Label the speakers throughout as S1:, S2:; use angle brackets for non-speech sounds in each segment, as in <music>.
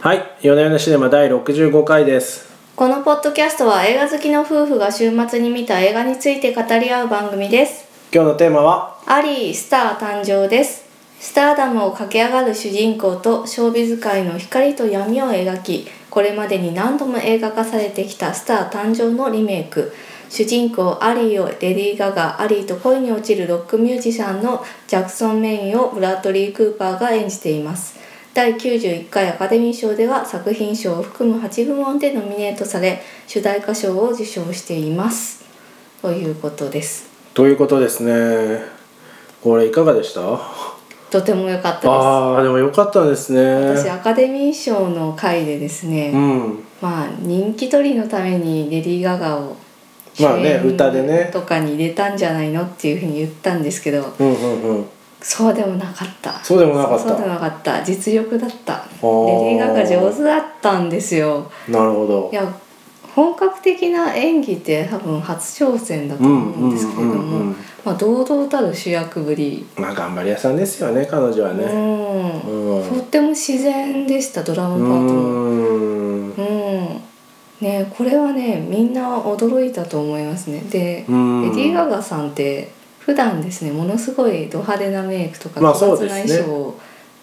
S1: はい夜な夜なシネマ第65回です
S2: このポッドキャストは映画好きの夫婦が週末に見た映画について語り合う番組です
S1: 今日のテーマは
S2: アリースター誕生ですスターダムを駆け上がる主人公とショービズ界の光と闇を描きこれまでに何度も映画化されてきたスター誕生のリメイク主人公アリーをレディー・ガガアリーと恋に落ちるロックミュージシャンのジャクソン・メインをブラッドリー・クーパーが演じています第91回アカデミー賞では作品賞を含む8部門でノミネートされ主題歌賞を受賞していますということです
S1: ということですねこれいかがでしたあ
S2: とても良かったです
S1: あーでもよかったです
S2: 私
S1: ね
S2: アカデミー賞の回でですね、
S1: うん
S2: まあ人気取りのためにレディー・ガガを
S1: まあね歌でね
S2: とかに入れたんじゃないのっていうふうに言ったんですけど
S1: うんうんうん
S2: そうでもなかった
S1: そうでもなかった
S2: そうでもなかった実力だったレディー・ガガ上手だったんですよ
S1: なるほど
S2: いや本格的な演技って多分初挑戦だと思うんですけれ
S1: うん
S2: ども、
S1: うんうんうん
S2: まあ、堂々たる主役ぶり、
S1: まあ頑張り屋さんですよね彼女はね
S2: う
S1: うん
S2: ん、とっても自然でしたドラマパートも。
S1: うーん
S2: うんね、これはねみんな驚いたと思いますねで、
S1: うん
S2: レディー・ガガさんって普段ですねものすごいド派手なメイクとか
S1: まあそうですね
S2: な衣装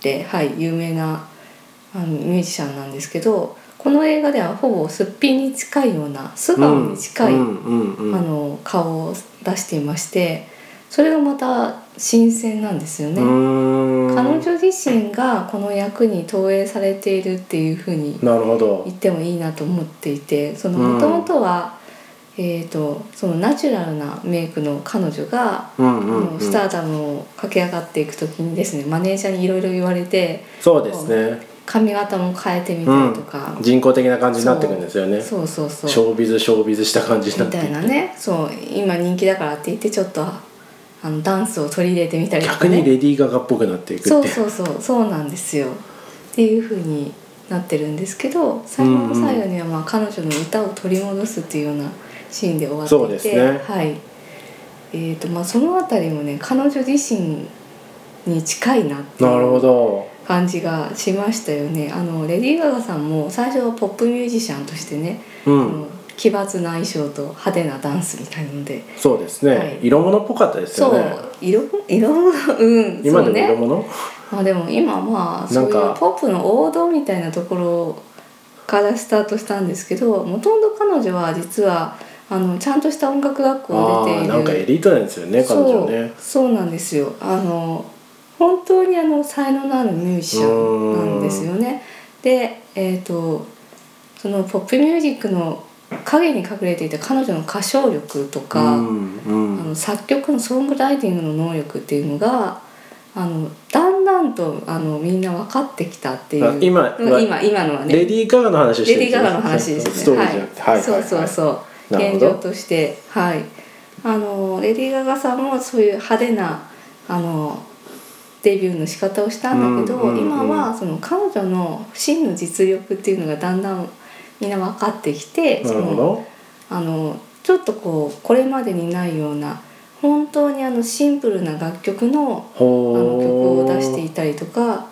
S2: で、はい、有名なあのミュージシャンなんですけどこの映画ではほぼすっぴんに近いような素顔に近い、
S1: うんうんうんうん
S2: あの顔を出していましてそれがまた新鮮なんですよね。
S1: うーん
S2: 彼女自身がこの役に投影されているっていうふうに
S1: なるほど
S2: 行ってもいいなと思っていてその
S1: うん
S2: もともとは、えー、とそのナチュラルなメイクの彼女が、
S1: うん
S2: あ
S1: う
S2: の
S1: ん、うん、
S2: スターダムを駆け上がっていく時にですねマネージャーにいろいろ言われて
S1: そうですね
S2: 髪型も変えてみたりとか、
S1: 人工的な感じになってくるんですよねシ
S2: そうそうそう
S1: ョービズショービズした感じになっ
S2: み
S1: て
S2: た
S1: い
S2: い
S1: く
S2: なねそう今人気だからって言ってちょっとあのダンスを取り入れてみたりとか、
S1: 逆
S2: ね、
S1: にレディー・ガガっぽくなっていくって
S2: そうそうそうそうなんですよっていう風になってるんですけど最後の最後にはまあ彼女の歌を取り戻すっていうようなシーンで終わっていて
S1: そうですね
S2: はいえーとまあ、そのあたりもね彼女自身に近いなって
S1: なる
S2: い
S1: ほ
S2: う
S1: ど
S2: 感じがしましたよねあのレディー・ガガさんも最初はポップミュージシャンとしてね、
S1: う
S2: あ
S1: ん
S2: の奇抜な衣装と派手なダンスみたいなので
S1: そうですね、
S2: はい
S1: 色物っぽかったですよ
S2: そう
S1: ね
S2: 色色うん
S1: 今
S2: そ
S1: で
S2: う
S1: も
S2: ね
S1: 色物、
S2: まあでも今まあそうい
S1: なんか
S2: うポップの王道みたいなところからスタートしたんですけどもともと彼女は実はあのちゃんとした音楽学校
S1: あ
S2: を出てい
S1: あ
S2: る
S1: なんかエリートなんですよね彼
S2: そ
S1: 女
S2: う
S1: ね
S2: そうなんですよあの本当にあの才能のあるミュージシャンなんですよねでえっ、とそのポップミュージックの影に隠れていた彼女の歌唱力とか、
S1: うんうん
S2: あの作曲のソングライティングの能力っていうのがあのだんだんとあのみんな分かってきたってい
S1: あ
S2: う
S1: 今は
S2: 今今のはね
S1: レディー・ガガの話をして
S2: レディー・ガガの話
S1: そう
S2: です
S1: スト
S2: よ
S1: ーリーじ
S2: ね
S1: ゃなくてはい、はい
S2: そうそう
S1: う
S2: そう、
S1: なるほ
S2: 現
S1: ど
S2: 状としてはいあのレディー・ガガさんもそういう派手なあのデビューの仕方をしたんだけど、
S1: うんうんうん
S2: 今はその彼女の真の実力っていうのがだんだんみんな分かってきて
S1: な
S2: そ
S1: る
S2: の
S1: ほど
S2: あのちょっとこうこれまでにないような本当にあのシンプルな楽曲のあの
S1: ほ
S2: 曲を出して
S1: い
S2: いたりとか、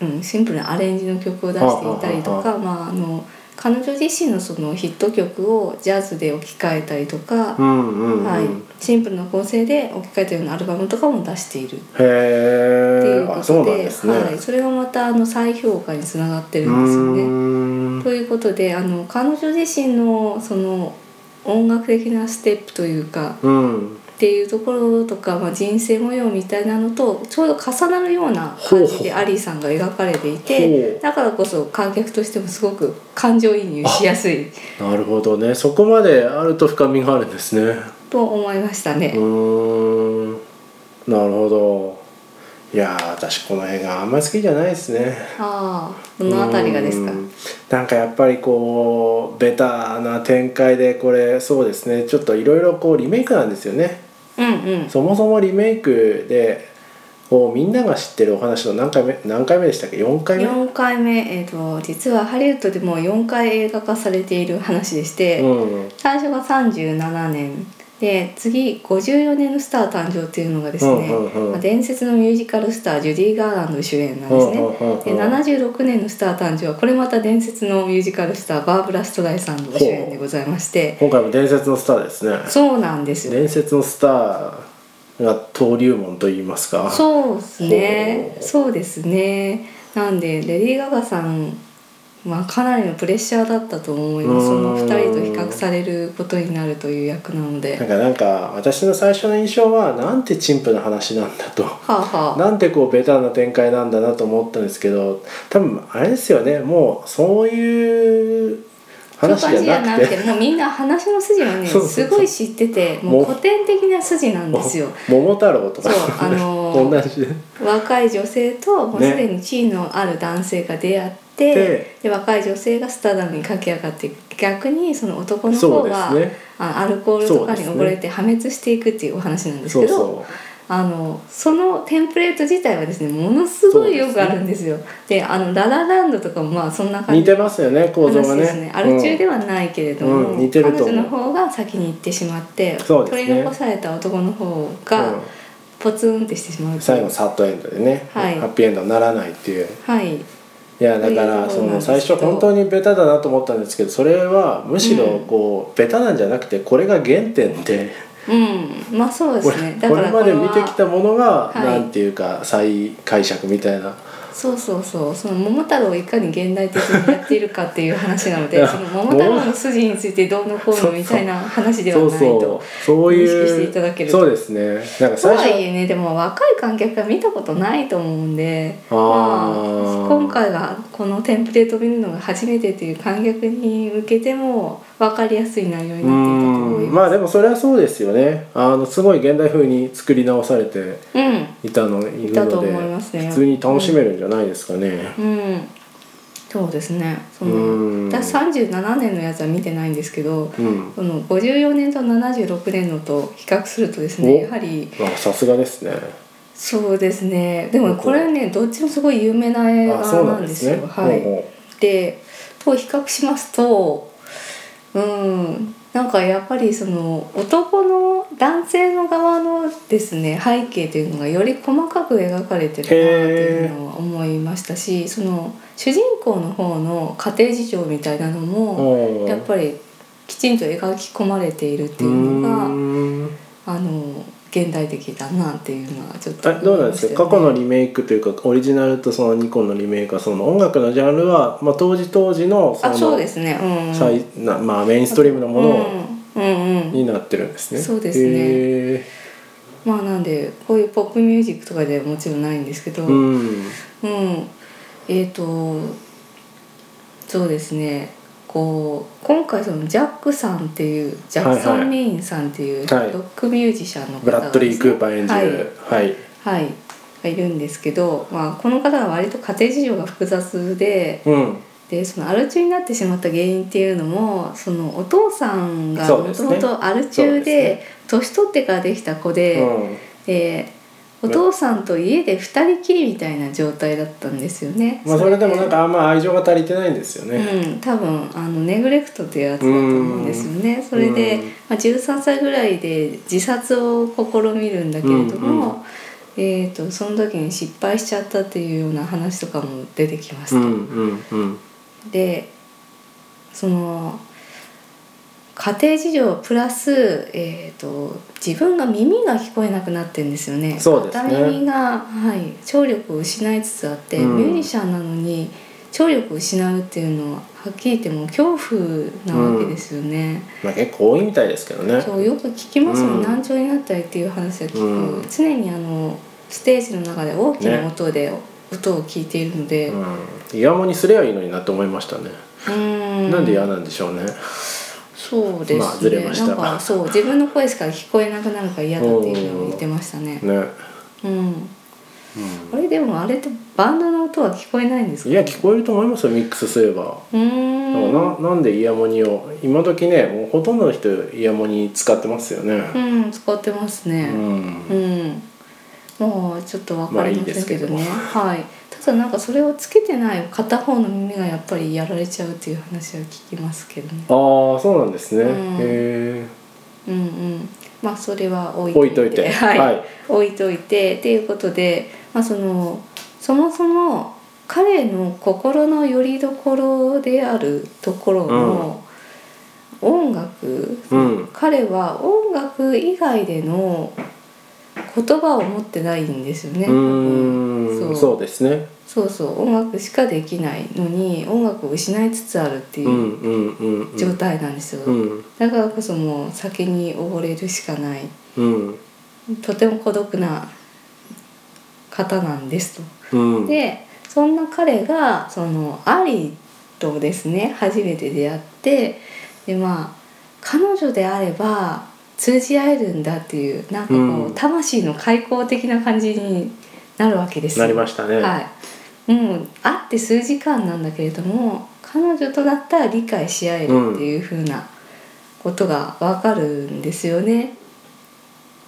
S2: うん、シンプルなアレンジの曲を出していたりとかまああの彼女自身のそのヒット曲をジャズで置き換えたりとか、
S1: うんうんうん、
S2: はい、シンプルな構成で置き換えたようなアルバムとかも出してい
S1: へ
S2: るってい
S1: え
S2: うこ
S1: あそう
S2: と
S1: なん
S2: で,、
S1: ですね、
S2: はい、それがまたあの再評価につながって
S1: う
S2: るんですよね。
S1: ーん
S2: ということであの彼女自身のその音楽的なステップというか
S1: うん
S2: っていうところとか、まあ、人生模様みたいなのとちょうど重なるような
S1: ほ
S2: 感
S1: う
S2: じ
S1: ほう
S2: でアリーさんが描かれていて
S1: ほう
S2: だからこそ観客としてもすごく感情移入しやすい
S1: なるほどねそこまであると深みがあるんですね
S2: と思いました
S1: う
S2: ね。
S1: ーんなるほどいやー私この映画あんまり好きじゃないですね
S2: ああどのあたりがですか
S1: うーんなんかやっぱりこうベタな展開でこれそうですねちょっといろいろこうリメイクなんですよね
S2: うんうん
S1: そもそもリメイクでこうみんなが知ってるお話の何回目何回目でしたっけ4回目
S2: 4回目、えー、と実はハリウッドでも4回映画化されている話でして、
S1: うん
S2: 最初が37年で次54年のスター誕生っていうのがですね、
S1: うんうんうん
S2: まあ伝説のミュージカルスタージュディ・ガーランド主演なんですね、で76年のスター誕生はこれまた伝説のミュージカルスターバーブラ・ストライさんの主演でございまして
S1: 今回も伝説のスターですね
S2: そうなんですよ
S1: 伝説のスターが登竜門といいますか
S2: そうですね
S1: ほう
S2: そうですねなんでレディー・ガガさんまあかなりのプレッシャーだったと思いますそう
S1: ー
S2: の
S1: ん
S2: 2人と比較されることになるという役なので
S1: なんかなんか私の最初の印象はなんて陳腐な話なんだと
S2: はあはあ
S1: なんてこうベタな展開なんだなと思ったんですけど多分あれですよねもうそういう
S2: そういう
S1: 話
S2: 感じ
S1: じ
S2: じ
S1: ゃ
S2: ゃ
S1: な
S2: な
S1: く
S2: く
S1: て
S2: てもうみんな話の筋はね
S1: そうそうそう
S2: すごい知っててもう古典的な筋なんですよ。
S1: 「桃太郎」とか
S2: そうあの
S1: <laughs>
S2: ー
S1: 同じで
S2: 若い女性ともう
S1: ね
S2: すでに地位のある男性が出会って、
S1: で
S2: で若い女性がスターダムに駆け上がっていく逆にその男の
S1: そう
S2: 方
S1: です
S2: は、
S1: ね
S2: あアルコールとかに
S1: そうですね
S2: 溺れて破滅していくっていうお話なんです
S1: そ
S2: け
S1: う
S2: ど
S1: そ
S2: あのそのテンプレート自体はですねものすごいよくあるんですよ。であの「ララランド」とかもまあそんな
S1: う
S2: 感
S1: 似
S2: じ
S1: てますよね構造が
S2: 話
S1: ね
S2: ですねアル中で
S1: は、
S2: はないけれども、
S1: うん似てると思う
S2: 彼女の方が先に行ってしまって、
S1: そうですね
S2: 取り残された男の方
S1: うん
S2: がポツンってしてしまう
S1: うん
S2: とい
S1: 最
S2: う
S1: 後サッドエンドでね、
S2: はい
S1: ハッピーエンドにならないっていう
S2: はい
S1: いやだか
S2: っ
S1: ら
S2: て
S1: そ
S2: いうところ
S1: の
S2: なんですけ
S1: 最
S2: ど
S1: 初本当にベタだなと思ったんですけどそれはむしろこう、ベタなんじゃなくてこれが原点で
S2: うんまあそうで
S1: これ
S2: すねだ
S1: こ
S2: か
S1: れ
S2: ら
S1: まで
S2: こ
S1: 見
S2: の
S1: てきたものが
S2: はい
S1: なんていうか再解釈みたいな、
S2: そうそうそうその桃太郎をいかに現代的にやっているかっていう話なの
S1: い
S2: で
S1: や
S2: その桃太郎の筋についてどうのこうのみたいな話では
S1: そ
S2: な
S1: う
S2: い
S1: そ
S2: と。
S1: うそう
S2: 認識し
S1: い
S2: ていただけ
S1: う
S2: ると
S1: そうですねなんか
S2: と
S1: 最
S2: は
S1: 初
S2: いえねでも若い観客が見たことないと思うんで
S1: あー
S2: まあ、今回はこのテンプレートを見るのが初めてという観客に向けても分かりやすい内
S1: う
S2: 容になっていたと思い
S1: ん
S2: ま
S1: まあでもそれはそうですよねあのすごい現代風に作り直されて
S2: す。うん
S1: いたのいる
S2: いたと
S1: ので、
S2: 思いますね
S1: 普通に楽しめるんじゃないですかね、
S2: うん、そうですねそ
S1: うん
S2: の私37年のやつは見てないんですけど
S1: うん
S2: その54年と76年のと比較するとですね
S1: お
S2: やはり
S1: まあさすがですね
S2: そうですねでもこれねどっちもすごい有名な映
S1: あそ
S2: 画
S1: うな
S2: なん
S1: ん
S2: で
S1: ですす
S2: よ。
S1: ね
S2: は
S1: ほ
S2: い、
S1: うほう
S2: でと比較しますとうんなんかやっぱりその男の男性の側のですね背景というのがより細かく描かれてるなというのは思いましたしその主人公の方の家庭事情みたいなのもやっぱりきちんと描き込まれているっていうのがあの現代的だなっていうのはちょっと
S1: あどうなんですか過
S2: 思
S1: 去
S2: いま
S1: の
S2: したよね
S1: リメイクというかオリジナルとそのニコンのリメイクはその音楽のジャンルは、まあ、当時当時のそ
S2: あ
S1: の
S2: そうですねうん
S1: 最なまあ、メインストリームのもの
S2: うんうんうん
S1: になってるんですね。
S2: そうですね
S1: へえ
S2: まあなんでこういうポップミュージックとかではもちろんないんですけど、うん
S1: うん、
S2: えっ、とそうですねこう今回そのジャックさんっていうジャクソ
S1: はいはい
S2: ン・メインさんっていうロ
S1: はい
S2: ックミュージシャンの方
S1: ブラッドリー・クーパー演じ
S2: はい
S1: る、はい
S2: はい、がいるんですけど、まあ、この方は割と家庭事情が複雑で
S1: うん
S2: でそのアル中になってしまった原因っていうのもそのお父さんが
S1: そうで
S2: も
S1: す
S2: と
S1: ね
S2: もとアル
S1: そう
S2: 中
S1: です
S2: で年取ってからできた子で。
S1: うん
S2: でお父さんと家で2人きりみたいな状態だったんですよね。
S1: まあ、それでもなんかあんま愛情が足りてないんですよ
S2: それ
S1: ね。
S2: でうん、多分あのネグレクトっていうやつだと思うんですよねそれで
S1: うん、
S2: まあ、13歳ぐらいで自殺を試みるんだけれど
S1: うんうん
S2: も、えー、とその時に失敗しちゃったっていうような話とかも出てきます
S1: う
S2: と。
S1: んうんうん
S2: でその家庭事情プラス、えー、と自分が耳が聞こえなくなってるんですよね
S1: そうですね
S2: 片耳が、はい、聴力を失いつつあって、
S1: うん
S2: ミュージシャンなのに聴力を失うっていうのははっきり言ってもう恐怖なわけですよね、
S1: まあ、結構多いみたいですけどね。
S2: そうよく聞きますよ、
S1: うん
S2: 難聴になったりっていう話は聞く、
S1: うん
S2: 常にあのステージの中で大きな音で音を聞いているので、
S1: うん、イヤモニすればいいのになって思いましたね。
S2: うん
S1: なんで嫌なんでしょうね。
S2: そうですね、
S1: まあずれました
S2: なんかそう自分の声しか聞こえなくなるから嫌だっていうのを言ってましたね
S1: ね。
S2: うん
S1: うん
S2: あれでもあれってバンドの音は聞こえないんですか
S1: いや聞こえると思いますよミックスすれば。
S2: うー
S1: だ
S2: ん
S1: からななんでイヤモニを今時ねもうほとんどの人イヤモニ使ってますよね。
S2: うん使ってます
S1: う
S2: ねうんん、もうちょっと分かりませんけど
S1: まあいい
S2: ね、
S1: です
S2: はいただなんかそれをつけてない片方の耳がやっぱりやられちゃうっていう話は聞きますけどね
S1: ああそうなんですね。
S2: うん
S1: へえ。
S2: うんうんまあそれは置い
S1: 置いといて
S2: はい、
S1: はい
S2: 置いといてっていうことで、まあ、そのそもそも彼の心の拠り所であるところの音楽、
S1: うん
S2: 彼は音楽以外での言葉を持ってないんですよね。
S1: うー
S2: そうん
S1: そうですね
S2: そうそう音楽しかできないのに音楽を失いつつあるって
S1: う
S2: いう
S1: う
S2: ん
S1: んうんうん
S2: 状態なんですよ、
S1: うん
S2: だからこそもう酒に溺れるしかない
S1: うん
S2: とても孤独な方なんです
S1: うん
S2: と。でそんな彼がそのアリとですね初めて出会ってでまあ彼女であれば通じ合えるんだっていうなんかこう、
S1: うん
S2: 魂の開口的な感じになるわけですよ
S1: なりましたね、
S2: はい、もう会って数時間なんだけれども彼女とだったら理解し合えるっていう風なことがわかるんですよね。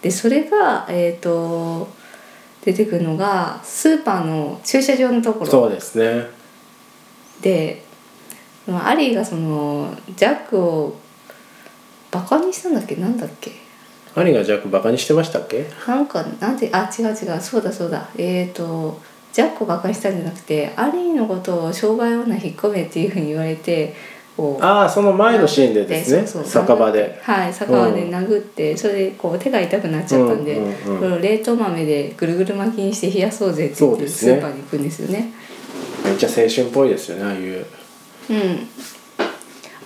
S2: でそれが、えー、と出てくるのがスーパーの駐車場のところ
S1: そうですね
S2: でそのアリーがそのジャックをバカにしたんだっけなんだっけ
S1: 兄がジャックバカにしてましたっけ
S2: なんかなんてあ違う違うそうだそうだえー、とジャックをバカにしたんじゃなくてアリーのことを商売女引っ込めっていうふうに言われてこう
S1: ああその前のシーンでですね
S2: そうそう
S1: 酒場で
S2: はい酒場で殴って、それでこう手が痛くなっちゃったんで、
S1: うんうんうん
S2: これを冷凍豆でぐるぐる巻きにして冷やそうぜって言
S1: そ
S2: っ
S1: う
S2: て
S1: です
S2: ス
S1: ね
S2: ーパーに行くんですよね
S1: めっちゃ青春っぽいですよねああいう
S2: うん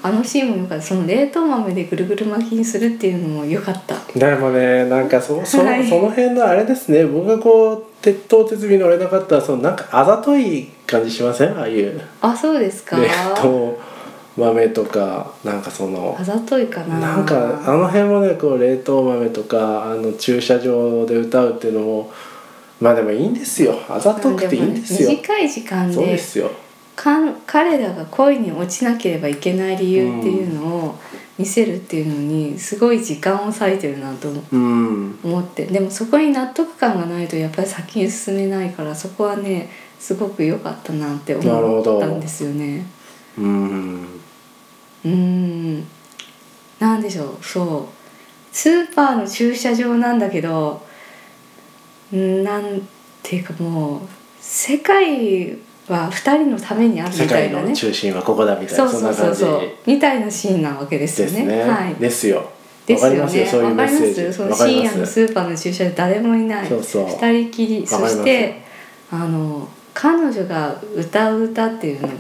S2: あのシーンもよかったその冷凍豆でぐるぐる巻きにするっていうのもよかった
S1: でもねなんか
S2: <laughs>
S1: そそ,、
S2: はい
S1: その辺のあれですね僕がこう鉄頭鉄尾乗れなかったらそのなんかあざとい感じしませんああいう
S2: あそうですか
S1: 冷凍豆とかなんかその
S2: あざといかな
S1: なんかあの辺もねこう冷凍豆とかあの駐車場で歌うっていうのもまあでもいいんですよあざとくていいんですよ、
S2: でもね短い時間
S1: そうで
S2: です
S1: よ
S2: かん彼らが恋に落ちなければいけない理由っていうのを見せるっていうのにすごい時間を割いてるなと
S1: うん
S2: 思ってでもそこに納得感がないとやっぱり先に進めないからそこはねすごく良かったなって
S1: なる
S2: 思
S1: ほど
S2: ったんですよね。
S1: うん
S2: うーんなんでしょうそうスーパーの駐車場なんだけどうんなんていうかもう世界は2人のためにあるみ
S1: 世
S2: た
S1: 界
S2: いな
S1: の
S2: ね
S1: 中心はここだみたい
S2: そう
S1: なそん
S2: そう
S1: な
S2: そ
S1: 感
S2: う
S1: じ
S2: そうみたいなシーンなわけです
S1: で
S2: よ
S1: す
S2: ね。
S1: ね
S2: はい、
S1: ですよ
S2: で
S1: わ
S2: す
S1: か
S2: よ
S1: り
S2: ね。
S1: ますよそういうメ
S2: わか
S1: ッ
S2: りま
S1: セー
S2: す。
S1: ジ
S2: その
S1: わか
S2: 深
S1: りま
S2: 夜の
S1: す
S2: スーパーの駐車で誰もいない。
S1: そうそう
S2: 二人き
S1: わ
S2: り。
S1: かり
S2: そ
S1: ます
S2: してあの彼女が歌う歌っていうのが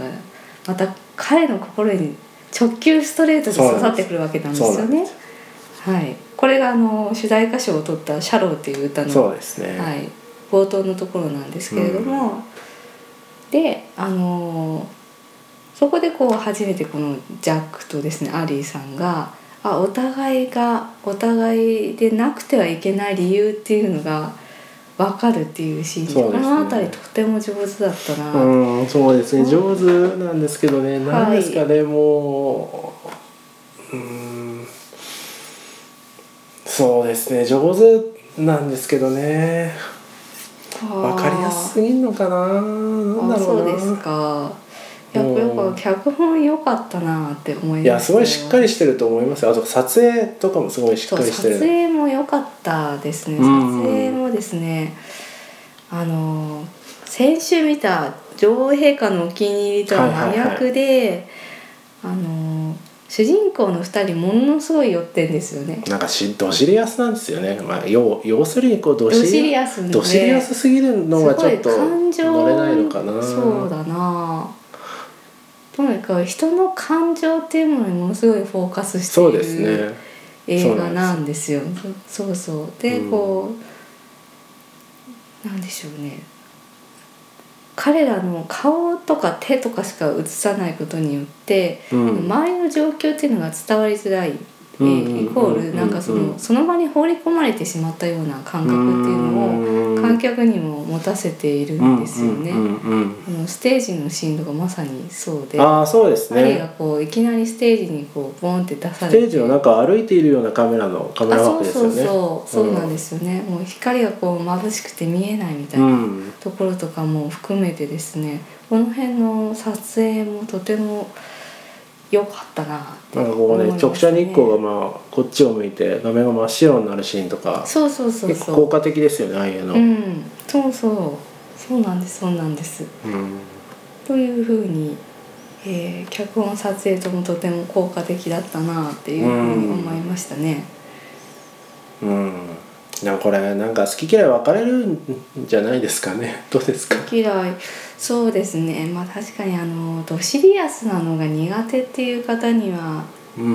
S2: また彼の心に直球ストレートで刺さってくるわけなんですよ
S1: そうなん
S2: ね
S1: です。
S2: はい。これがあの主題歌賞を取った「シャロー」っていう歌の
S1: そうですね、
S2: はい、冒頭のところなんですけれども、であのーそこでこう初めてこのジャックとですねアリーさんがあお互いがお互いでなくてはいけない理由っていうのが分かるっていうシーンで
S1: そうですね
S2: この辺りとても上手だったな、
S1: うん、そうですね上手なんですけどね何ですかね、もううーんそうですね上手なんですけどねわかりやすすぎんのかななんだろう
S2: あそう
S1: な
S2: ですかやっぱよ
S1: うん
S2: く脚本良かったなって思いま
S1: い
S2: した
S1: やすごいしっかりしてると思いますよあと撮影とかもすごいしっ
S2: そ
S1: か
S2: う
S1: りして
S2: 撮
S1: る
S2: 影も良かったですね撮
S1: うん
S2: 影もですね、あの先週見た女王陛下のお気に入りとは真逆で、あの主人公の2人ものすごい寄ってんですよね。
S1: なんかしどしりやすなんですよね、まあ、要要するにこうど
S2: ド
S1: し
S2: シ
S1: り
S2: リアスで
S1: どしりやすすぎるのがちょっと
S2: すごい感情
S1: 乗れないのかな
S2: そうだなとにかく人の感情っていうものにものすごいフォーカスしてい
S1: そ
S2: る
S1: うですね
S2: 映画なんですよ。そうそうで、
S1: うん
S2: こうなんでしょうね彼らの顔とか手とかしか映さないことによって、
S1: うん
S2: 周りの状況っていうのが伝わりづらい、え
S1: うんうんうんうん
S2: イコールなんかそのその場に放り込まれてしまったような感覚っていうのを
S1: の
S2: 観客にも持たせているんですよね。
S1: うんうんうんうん
S2: あのステージのシーンとかまさにそうで。
S1: ああそうです
S2: マリが
S1: ね
S2: こういきなりステージにこうボンって出さ
S1: ス
S2: れて
S1: テージの中を歩いているようなカメラのカメ
S2: あ
S1: ラワー
S2: そ
S1: ク
S2: う
S1: です
S2: そ
S1: よ
S2: う
S1: ね
S2: そうそうなんですすよね、もう光がこう眩しくて見えないみたいうなんところとかも含めてですねこの辺の撮影もとてもよかったなって
S1: なんかこうね
S2: 思います
S1: 直射日光がまあこっちを向いて画面が真っ白になるシーンとか
S2: そうそうそう
S1: 結構
S2: そ
S1: 効果的ですよねああいう
S2: う
S1: の、
S2: うんそうそうそうなんですそうなんです
S1: うん
S2: というふうに、えー脚本撮影ともとても効果的だったなっていうふうに思いましたね。
S1: うん、なんかこれなんか好き嫌い分かれるんじゃないですかね <laughs> どうですか
S2: 嫌いそうですねまあ確かにあのドシリアスなのが苦手っていう方には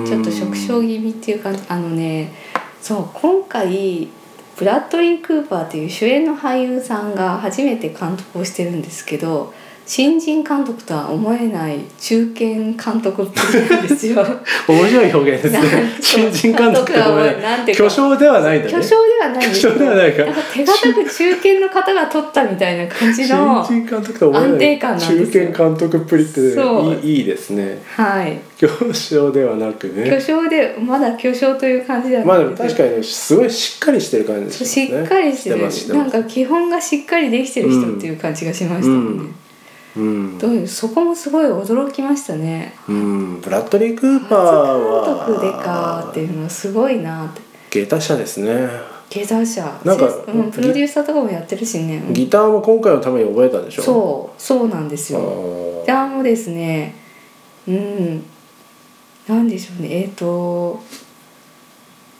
S2: ちょっと食傷気味っていうかあのねそう今回ブラッドリー・クーパーっていう主演の俳優さんが初めて監督をしてるんですけど新人監督とは思えない中堅監督っぷりなんですよ。
S1: 面白い表現 <laughs> です
S2: な
S1: ね
S2: んか
S1: 新人監督ってごめん
S2: なんていうか
S1: 巨匠ではないんだ
S2: 巨
S1: ね
S2: 匠ではないんですけ
S1: 巨匠で
S2: ど
S1: はないか
S2: んか手堅く中堅の方が撮ったみたいな感じ
S1: 新
S2: の
S1: 人監督とは思
S2: 安
S1: え
S2: 定
S1: な
S2: 感
S1: い
S2: なん
S1: 中
S2: ですよ
S1: 堅監督っぷりって
S2: そう
S1: いいいいですね
S2: はい
S1: 巨匠ではなくね
S2: 巨匠でまだ巨匠という感じだった
S1: まあで
S2: ん
S1: も
S2: です
S1: 確かにすごいしっかりしてる感じです
S2: そう
S1: ね
S2: しっかりしてる
S1: ます
S2: な
S1: ま
S2: ん
S1: す
S2: か基本がしっかりできてる人っていう感じがしましたね、
S1: うんうん
S2: どういうそこもすごい驚きましたね
S1: うんブラッドリー・クー
S2: 初監
S1: パーは
S2: 督でかっていうのはすごいなって
S1: 芸達者ですね
S2: 芸達者
S1: なんか
S2: うん、プロデューサーとかもやってるしね、うん
S1: ギターも今回のために覚えたんでしょ
S2: そうそうなんですよ
S1: う
S2: ギターもですねうんなんでしょうねえっ、と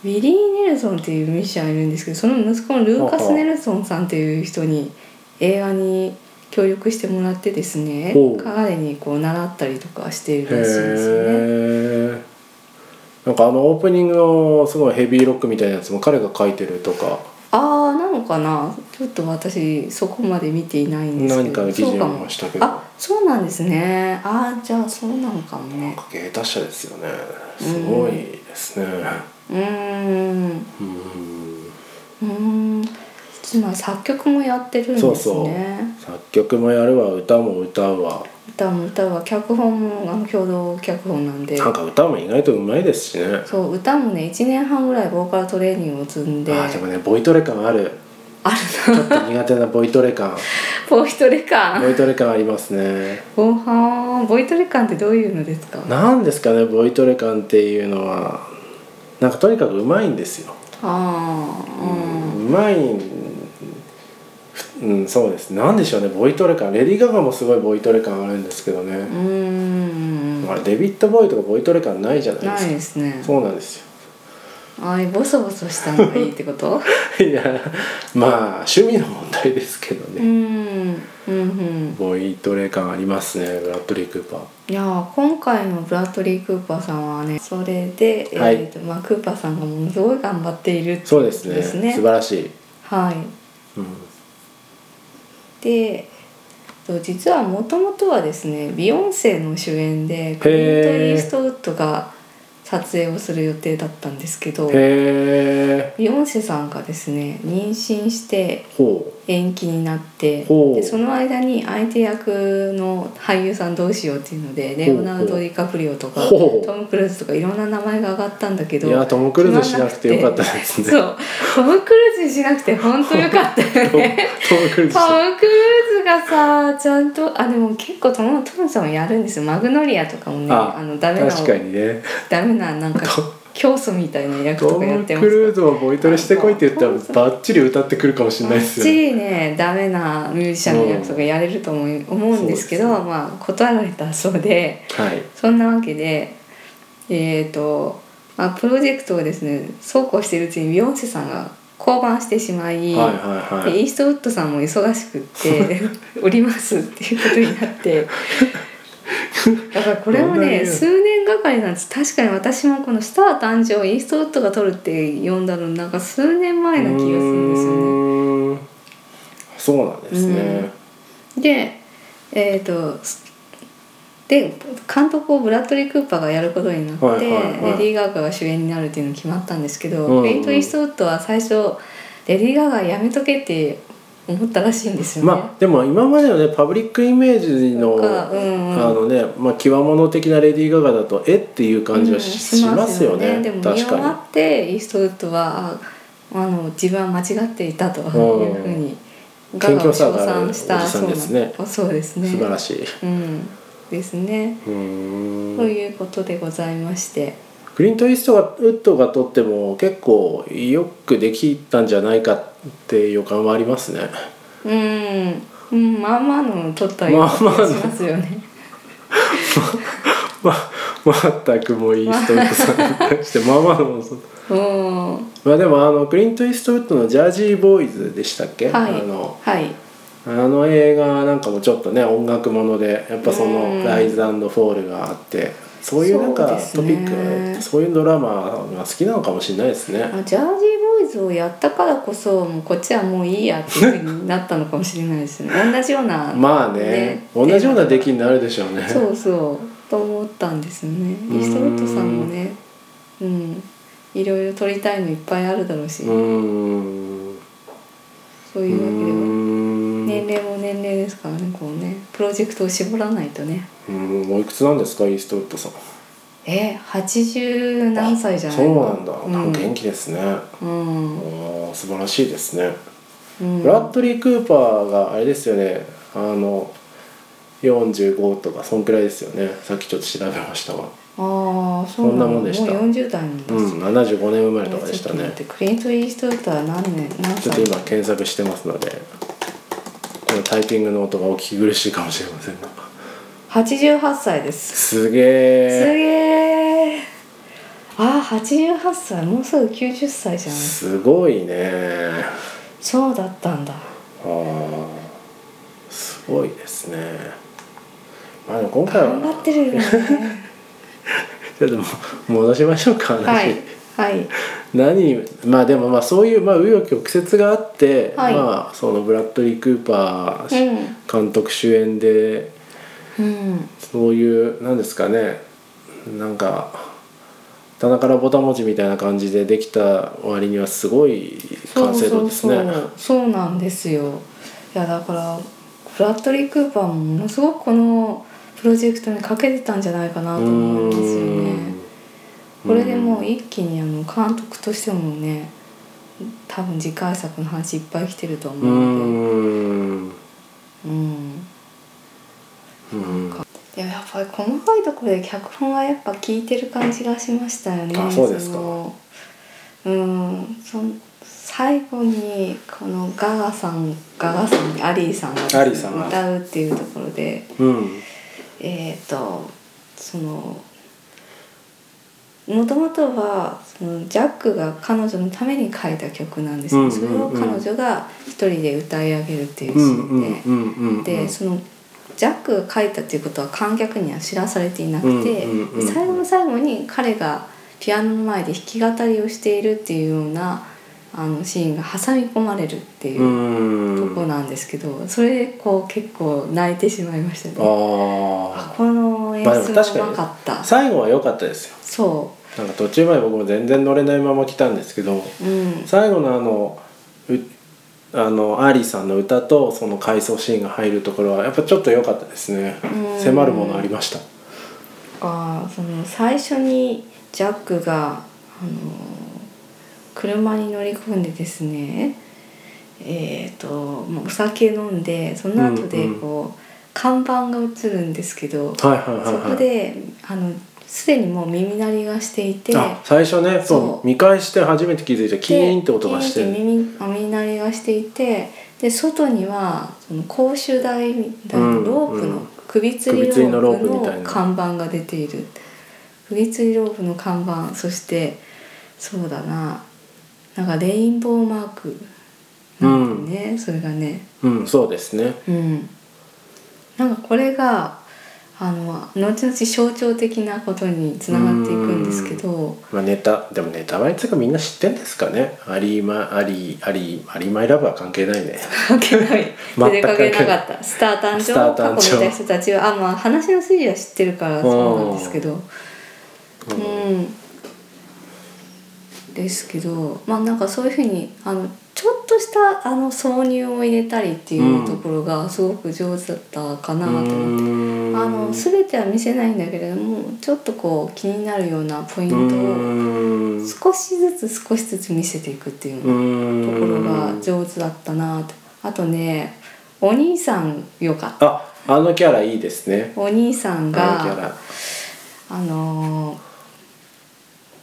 S2: ウィリー・ネルソンっていうミュージシャンいるんですけどその息子のルーカス・ネルソンさんっていう人に映画に協力してもらってですね
S1: ほう
S2: 彼にこう習ったりとかしているらしいんですよね。
S1: へえなんかあのオープニングのすごいヘビーロックみたいなやつも彼が書いてるとか
S2: ああなのかなちょっと私そこまで見ていないんですけ
S1: 何
S2: ど
S1: か記事
S2: そう
S1: に
S2: か
S1: 見
S2: も
S1: ましたけど
S2: あそうなんですねああじゃあそうなのかも
S1: なん
S2: ね
S1: か芸達者ですよねすごいですね
S2: うーん
S1: うん
S2: うーん、今作曲もやってるんです
S1: そ
S2: ね。
S1: うそう作曲もやるわ歌も歌うわ
S2: 歌も歌は脚本もあの共同脚本なんで。
S1: なんか歌も意外とうまいですしね
S2: そう歌もね1年半ぐらいボーカルトレーニングを積んで
S1: あーでもねボイトレ感ある
S2: ある
S1: ちょっと苦手なボイトレ
S2: <laughs>
S1: 感
S2: ボイトレ感
S1: ボイトレ感ありますね
S2: ボはーボイトレ感ってどういうのですか
S1: なんですかねボイトレ感っていうのはなんかとにかくうまいんですよ
S2: あーうん
S1: うまいうんそうですなんでしょうねボイトレ感レディー・ガガもすごいボイトレ感あるんですけど
S2: う
S1: ね、
S2: ーん
S1: あれデビッド・ボーイとかボイトレ感ないじゃないで
S2: ない
S1: すか
S2: ですね
S1: そうなんです
S2: ああいうボソボソしたのがいいってこと
S1: <laughs> よいやまあ趣味の問題ですけど
S2: う
S1: ね、
S2: ーんうんうん
S1: ボイトレ感ありますねブラッドリー・クーパー
S2: いやー今回のブラッドリー・クーパーさんはねそれで、
S1: はい
S2: えーとまあ、クーパーさんがものすごい頑張っているってい
S1: そうですね
S2: ですね
S1: 素晴らしい、
S2: はい
S1: うん、
S2: でと実はもともとはですねビヨンセの主演でクリント・イーストウッドが撮影をする予定だったんですけ
S1: へ
S2: ど
S1: え
S2: ビヨンセさんがですね妊娠して
S1: ほ
S2: 延期になって
S1: ほう
S2: でその間に相手役の俳優さんどうしようっていうのでレオナルド・ディカプリオとか
S1: ほうほう
S2: トム・クルーズとかいろんな名前が上がったんだけ
S1: う
S2: ど
S1: いやトム・クルーズしなくてよかったです
S2: そ
S1: ね
S2: うトム・クルーズにしなくて本当よかったよ
S1: トム
S2: ね
S1: クルーズし
S2: ト
S1: た
S2: ム・クルーズがさちゃんとあでも結構トムトムさんもやるんですよマグノリアとかもねあ
S1: あ
S2: のダメな
S1: 確かにね
S2: ダメななんか教祖みたいな役と
S1: ト
S2: かや
S1: ム・
S2: っ
S1: ク
S2: てます
S1: ルーズもボイトレしてこいって言ったらバッチリ歌ってくるかもしれない
S2: ば
S1: で
S2: っ
S1: す
S2: ち
S1: よね
S2: りねダメなミュージシャンの役とかやれると思い思うんですけど
S1: そうです
S2: まあ断られたそうで
S1: はい
S2: そんなわけでえっ、と、まあ、プロジェクトをですねそうこうしているうちにビヨンセさんが降板してしま
S1: はい
S2: い、
S1: はいは
S2: で
S1: い
S2: イーストウッドさんも忙しくって
S1: <laughs>
S2: おりますっていうことになってだからこれ
S1: ど
S2: も
S1: んな理
S2: ね
S1: 由
S2: 数年がかりなんです確かに私もこの「スター誕生」イーストウッドが撮るって読んだのなんか数年前な気がするんですよね。
S1: うーんそうなんですね
S2: でえっ、とで監督をブラッドリー・クーパーがやることになって、
S1: はいはいはい
S2: レディー・ガガが主演になるっていうの決まったんですけど、
S1: うんうん
S2: クリント・イーストウッドは最初レディー・ガガやめとけって思ったらしいんですよね。
S1: まあでも今までのねパブリックイメージの
S2: なんかうんうん
S1: あのねまあ極物的なレディー・ガガだとえっていう感じはし,、
S2: うん
S1: ますよね
S2: でも見
S1: 確
S2: 終わ
S1: か
S2: ってイーストウッドはああの自分は間違っていたというふうにガガを
S1: 謙虚さ
S2: 称
S1: がある
S2: 賛した
S1: おじさんですね
S2: そうなんそうです
S1: に
S2: ね
S1: 素晴らしい、
S2: うん、ですね。
S1: うーん
S2: ということでございまして。
S1: クリント・イーストがウッドが撮っても結構よくできたんじゃないかって予感はありますね
S2: うん、うん、まあまあの撮ったりし
S1: ま
S2: ま
S1: あまあの
S2: すよね。
S1: まあ全くもうイーストウッドさんに対してまあまあの
S2: うん、は
S1: まあでもあのクリント・イーストウッドの「ジャージー・ボーイズ」でしたっけ、
S2: い、
S1: あの
S2: はい、
S1: あの映画なんかもちょっとね音楽ものでやっぱそうの「
S2: ん
S1: ライズフォール」があってそういうなんか
S2: そうです
S1: トピ
S2: ね
S1: ックそう,、いうドラマが好きなのかもしれないですね。
S2: あジャージーボーイズをやったからこそもうこっちはもういいやっていうふうになったのかもしれないですね同じような、
S1: まあね
S2: ね
S1: 同じような出来になるでしょうね。
S2: そうそうと思ったんですよねイ
S1: ん
S2: ーストウッドさんもねうんいろいろ撮りたいのいっぱいあるだろうし、
S1: うーん
S2: そう
S1: う
S2: いうわけでは
S1: ーん
S2: 年齢も年齢ですからねこうねプロジェクトを絞らないとね
S1: うんおいくつなんですかイーストウッドさん。
S2: え80何歳じゃない
S1: そうなんだ、
S2: うん
S1: 元気ですね。
S2: うん
S1: おー素晴らしいですね。
S2: うん
S1: ブラッドリー・クーパーがあれですよねあの45とかそんくらいですよねさっきちょっと調べましたが
S2: ああそうな
S1: そんなも
S2: の
S1: んでした
S2: もう40代なんです
S1: う
S2: よ
S1: ん75年生まれとかでし
S2: ちょ
S1: た
S2: っと待っ
S1: ね
S2: てクリント・イーストウッドは何年何
S1: ちょっ
S2: 歳
S1: と今検索してますのでこのタイピングの音がお聞き苦しいかもしれませんが
S2: 88歳です
S1: す
S2: す
S1: げえ
S2: げえあー88歳もうすぐ90歳じゃない
S1: すごいね
S2: そうだったんだ
S1: あーすごいですねまあでも今回
S2: 頑張
S1: は
S2: ってるよね
S1: <laughs> ちょっともう戻しましょうか話、
S2: はいはい
S1: 何まあでもまあそういうまあ紆余曲折があって、
S2: はい
S1: まあそのブラッドリー・クーパー
S2: うん
S1: 監督主演で
S2: うん
S1: そういうなんですかねなんか棚からぼたもちみたいな感じでできた割にはすごい
S2: そう
S1: 完成
S2: そ
S1: 度
S2: う
S1: です
S2: そ
S1: ね。
S2: うそうなんですよいやだからブラッドリー・クーパーもものすごくこのプロジェクトにかけてたんじゃないかな
S1: う
S2: と
S1: ー
S2: 思うんですよね
S1: ん
S2: これでもう一気にあの監督としてもね多分次回作の話いっぱい来てると
S1: うー
S2: 思うので
S1: ん
S2: うん
S1: うん
S2: でもやっぱり細かいところで脚本がやっぱ効いてる感じがしましたよね
S1: あそうですか
S2: のうんその最後にこのガガさんガガさんにアリーさんが
S1: アリーさんが
S2: 歌うっていうところで
S1: うん
S2: えっ、とそのもともとはそのジャックが彼女のために書いた曲なんですよ、
S1: うんうん
S2: それを彼女が一人で歌い上げるっていうシ
S1: う
S2: ー
S1: んう
S2: ンで、
S1: んうんうん
S2: でそのジャックが書いたっていうことは観客には知らされていなくて、
S1: うんうんうんうん
S2: 最後の最後に彼がピアノの前で弾き語りをしているっていうようなあのシーンが挟み込まれるっていうううんとこなんですけど、それでこう結構泣いてしまいましたね。あ
S1: あ
S2: この演
S1: まあで
S2: 出
S1: も確かに
S2: もうまかった、
S1: あ最後は良かったですよ。
S2: そ
S1: なんか途中まで僕も全然乗れないまま来たんですけど
S2: ううん
S1: 最後のあのうあのアーリーさんの歌とその回想シーンが入るところはやっぱちょっと良かったですね
S2: うん
S1: 迫るものありました
S2: あーその最初にジャックが、あのー車に乗り込んでですねえー、とまあお酒飲んでその後でこう、看板が映るんですけど
S1: はいはいはい
S2: そ
S1: はい
S2: こであのすでにもう耳鳴りがしていて
S1: あ最初ねそう
S2: そう
S1: 見返して初めて気づいたキーンって音がし
S2: キーンって
S1: て
S2: 耳あ耳鳴りがしていてで外にはその公衆台みたいなロープ
S1: うんう
S2: の
S1: ん
S2: 首吊
S1: 首
S2: り
S1: 吊りの
S2: ロ
S1: ロ
S2: ー
S1: ープみ
S2: プ
S1: た
S2: の
S1: いな
S2: 看板が出ている首吊りロープの看板そしてそうだななんかレインボーマークなんかね、それがね
S1: うんそうですね
S2: うんなんかこれがあの後々象徴的なことにつながっていくんですけど
S1: まあネタでもネタバレっていうかみんな知ってんですかねアリーマアリーアリーアリーマイラブは関係ないね
S2: 関係ない
S1: <laughs> 全く
S2: 全然関係なかったスター誕
S1: ス
S2: 生
S1: タ
S2: を
S1: ー誕
S2: 過
S1: 生
S2: 去見た人たちはあまあ話の推理は知ってるからそうなんですけど
S1: う
S2: うん、ですけどまあなんかそういうふうにあのちょっとしたあの挿入を入れたりっていうところがすごく上手だったかなと思って、
S1: うん
S2: あの全ては見せないんだけれどもちょっとこう気になるようなポイン
S1: う
S2: トを
S1: ん
S2: 少しずつ少しずつ見せていくっていうところが上手だったなとあとねお兄さんよかった
S1: ああのキャラいいですね
S2: お兄さん
S1: あのキ
S2: が
S1: ャラ
S2: あのー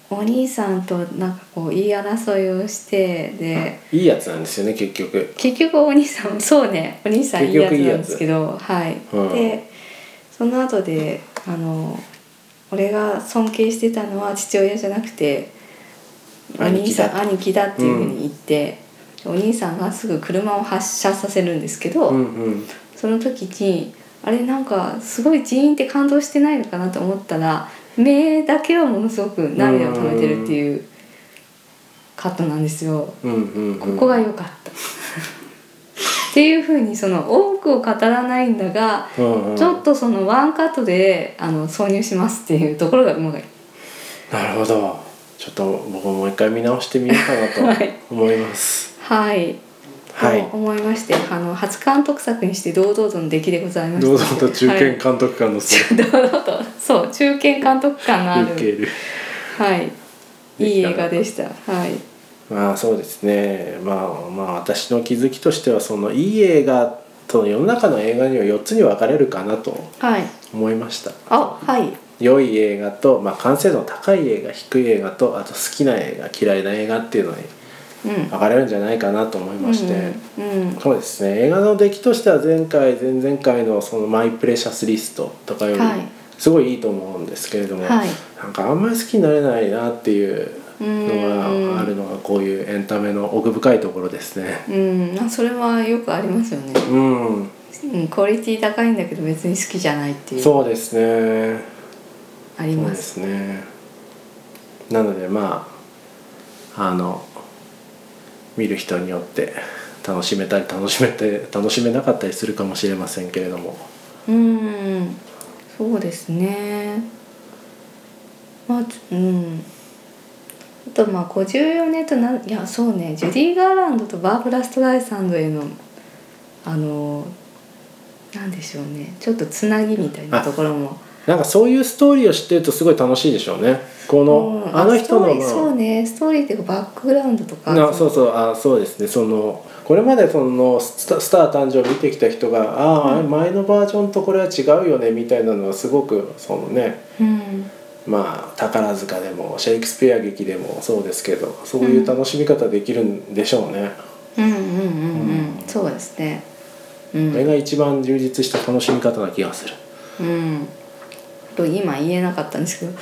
S2: お兄さんとなんかこう言い争いをしてで
S1: いいやつなんですよね結局
S2: 結局お兄さんもそうねお兄さんいいやつなんですけどはい、
S1: うん
S2: でその後であの俺が尊敬してたのは父親じゃなくてお
S1: 兄
S2: 兄
S1: 貴
S2: さ
S1: だ
S2: ん兄貴だっていうふうに言って、お兄さんがすぐ車を発車させるんですけど、
S1: うんうん
S2: その時にあれなんかすごいジーンって感動してないのかなと思ったら目だけはものすごく涙を止めてるっていうカットなんですよ。
S1: うんうんう
S2: こ
S1: ん
S2: こが良かった。っていうふうにその多くを語らないんだが、
S1: うんうん
S2: ちょっとそのワンカットであの挿入しますっていうところがうまい。
S1: なるほどちょっと僕もう一回見直してみようかな
S2: は
S1: と
S2: い
S1: 思い
S2: <laughs>
S1: ます
S2: はい。
S1: はい
S2: と思いましてあの初監督作にして堂々との出来でございまし
S1: 堂
S2: た。
S1: 々と中堅
S2: はい <laughs>
S1: 監督官のそ
S2: 堂々とそう中堅監督感のあ
S1: う受け
S2: る
S1: る
S2: はいいい映画でしたはい
S1: まあそうですねまあまあ私の気づきとしてはそのいい映画と世の中の映画には4つに分かれるかなと
S2: はい
S1: 思いました
S2: あはい
S1: 良い映画と、まあ、完成度の高い映画低い映画とあと好きな映画嫌いな映画っていうのに
S2: うん
S1: 分かれるんじゃないかなと思いまして、
S2: うん、うん
S1: そうですね映画の出来としては前回前々回の「そのマイ・プレシャス・リスト」とかより
S2: はい
S1: すごいいいと思うんですけれども、
S2: はい
S1: なんかあんまり好きになれないなっていうの
S2: うん
S1: があるのがこういうエンタメの奥深いところですね。
S2: うんあそれはよくありますよね、
S1: うん、
S2: うん、クオリティ高いんだけど別に好きじゃないっていう
S1: そうですね
S2: あり
S1: そう
S2: ま
S1: ですすねなのでまああの見る人によって楽しめたり楽しめて楽しめなかったりするかもしれませんけれども
S2: うんそうですねまあちょうんあとまあ54年となんいやそうねジュディ・ガーランドとバーブラ・ストライサンドへのあのなんでしょうねちょっとつなぎみたいなところも
S1: なんかそういうストーリーを知ってるとすごい楽しいでしょうねこの、
S2: うん
S1: あの人の
S2: ストーリーそうねストーリーっていうかバックグラウンドとか
S1: なそうそうあそうですねそのこれまでそのスタスター誕生を見てきた人がああ、前のバージョンとこれは違うよねみたいなのはすごくそのね
S2: うん
S1: まあ宝塚でもシェイクスピア劇でもそうですけどそういう楽しみ方できるんでしょうね、
S2: うんうんうんうん、
S1: うん
S2: そうですねう
S1: これ
S2: ん、
S1: が一番充実した楽しみ方な気がする
S2: うん、と今言えなかったんですけど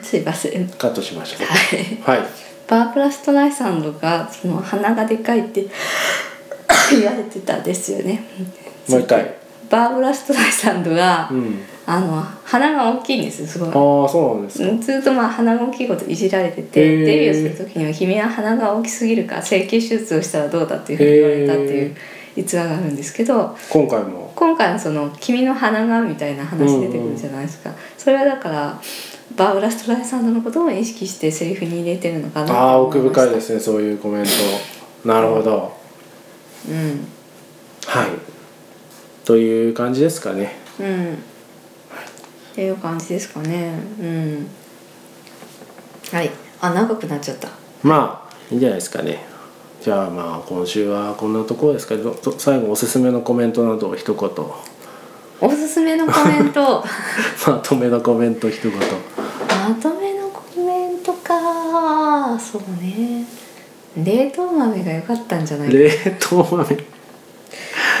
S2: <coughs> すいません
S1: カットしましょ
S2: はい、
S1: うはい
S2: バーブラ・ストライサンドがその鼻がでかいって <coughs> 言われてたんですよね。
S1: もう一回
S2: バーブラ・ストライサンドが、
S1: うん
S2: あの鼻が大きいんですすごい。
S1: ああそうなんですか、
S2: ずっとまあ鼻が大きいこといじられてて
S1: へー
S2: デビューする時には「君は鼻が大きすぎるから整形手術をしたらどうだ」っていうふうに言われたっていう逸話があるんですけど
S1: 今回も
S2: 今回はその「君の鼻が」みたいな話出てくるじゃないですか、それはだからバーブラ・ストライサンドのことを意識してセリフに入れてるのかな
S1: ああ
S2: と思
S1: 奥
S2: いました
S1: 深いですねそういうコメントなるほど、
S2: うん
S1: はいという感じですかね
S2: うんっていう感じですかねうんはいあ長くなっちゃった
S1: まあいいんじゃないですかねじゃあまあ今週はこんなところですかどど最後おすすめのコメントなどを一言
S2: おすすめのコメ
S1: <laughs>
S2: ント
S1: まとめのコメント一言
S2: まとめのコメントかそうね冷凍豆が良かったんじゃないか
S1: 冷凍豆
S2: い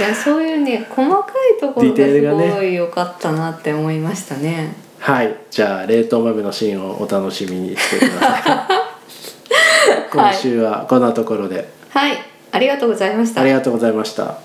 S2: やそういうね細かいところが
S1: ディテールがね
S2: すごい良かったなって思いましたね
S1: はいじゃあ冷凍豆のシーンをお楽しみにしてくださ <laughs> い今週はこんなところで、
S2: はいありがとうございました
S1: ありがとうございました